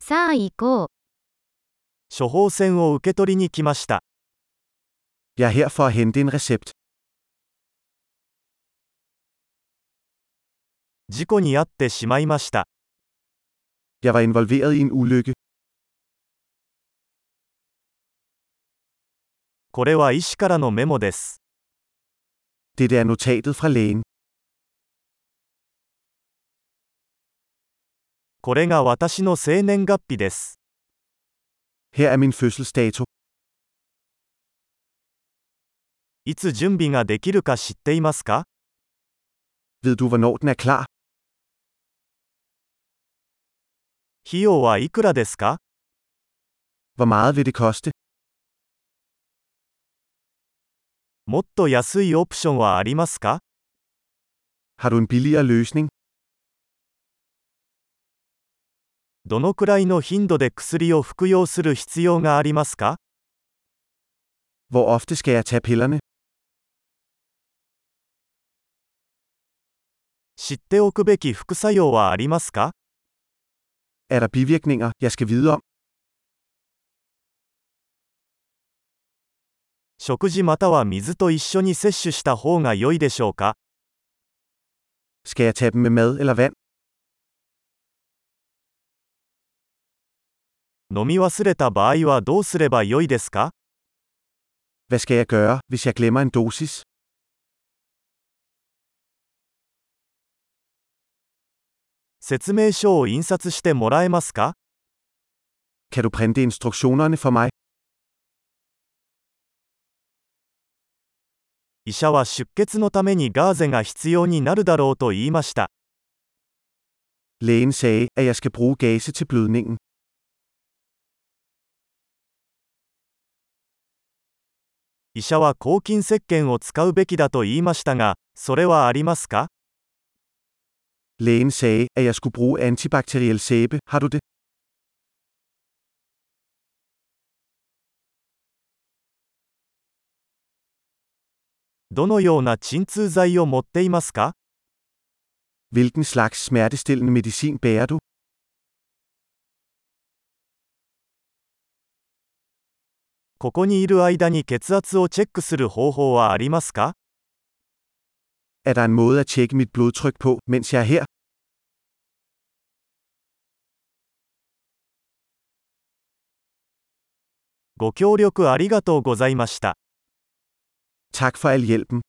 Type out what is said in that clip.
さあ行こう。処方箋を受け取りに来ました。 Jeg er her for at hente en recept. 事故に遭ってしまいました。 Jeg var involveret i en ulykke. これは医師からのメモです。 Dette er notatet fra lægen. これが私の生年月日です。 Her er min fødselsdato. いつ準備ができるか知っていますか Ved du, hvornår den er klar? 費用はいくらですか Hvor meget vil det koste? もっと安いオプションはありますか Har du en billigere løsning? どのくらいの頻度で薬を服用する必要がありますか Hvor ofte skal jeg tage pillerne? 知っておくべき副作用はありますか Er der bivirkninger, jeg skal vide om? 食事または水と一緒に摂取した方が良いでしょうか Skal jeg tage dem med mad eller vand? 飲み忘れた場合はどうすれば良いですか Hvad skal jeg gøre, hvis jeg glemmer en dosis? 説明書を印刷してもらえますか Kan du printe instruktionerne for mig? 医者は出血のためにガーゼが必要になるだろうと言いました。 Lægen sagde, at jeg skal bruge gase til blødningen. 医者は抗菌石鹸を使うべきだと言いましたが、それはありますか Lægen sagde, at jeg skulle bruge antibakteriel sæbe. Har du det? どのような鎮痛剤を持っていますか Hvilken slags smertestillende medicin bærer du? ここにいる間に血圧をチェックする方法はありますか Er der en måde at tjekke mit blodtryk på, mens jeg er her? ご協力ありがとうございました。 Tak for al hjælpen.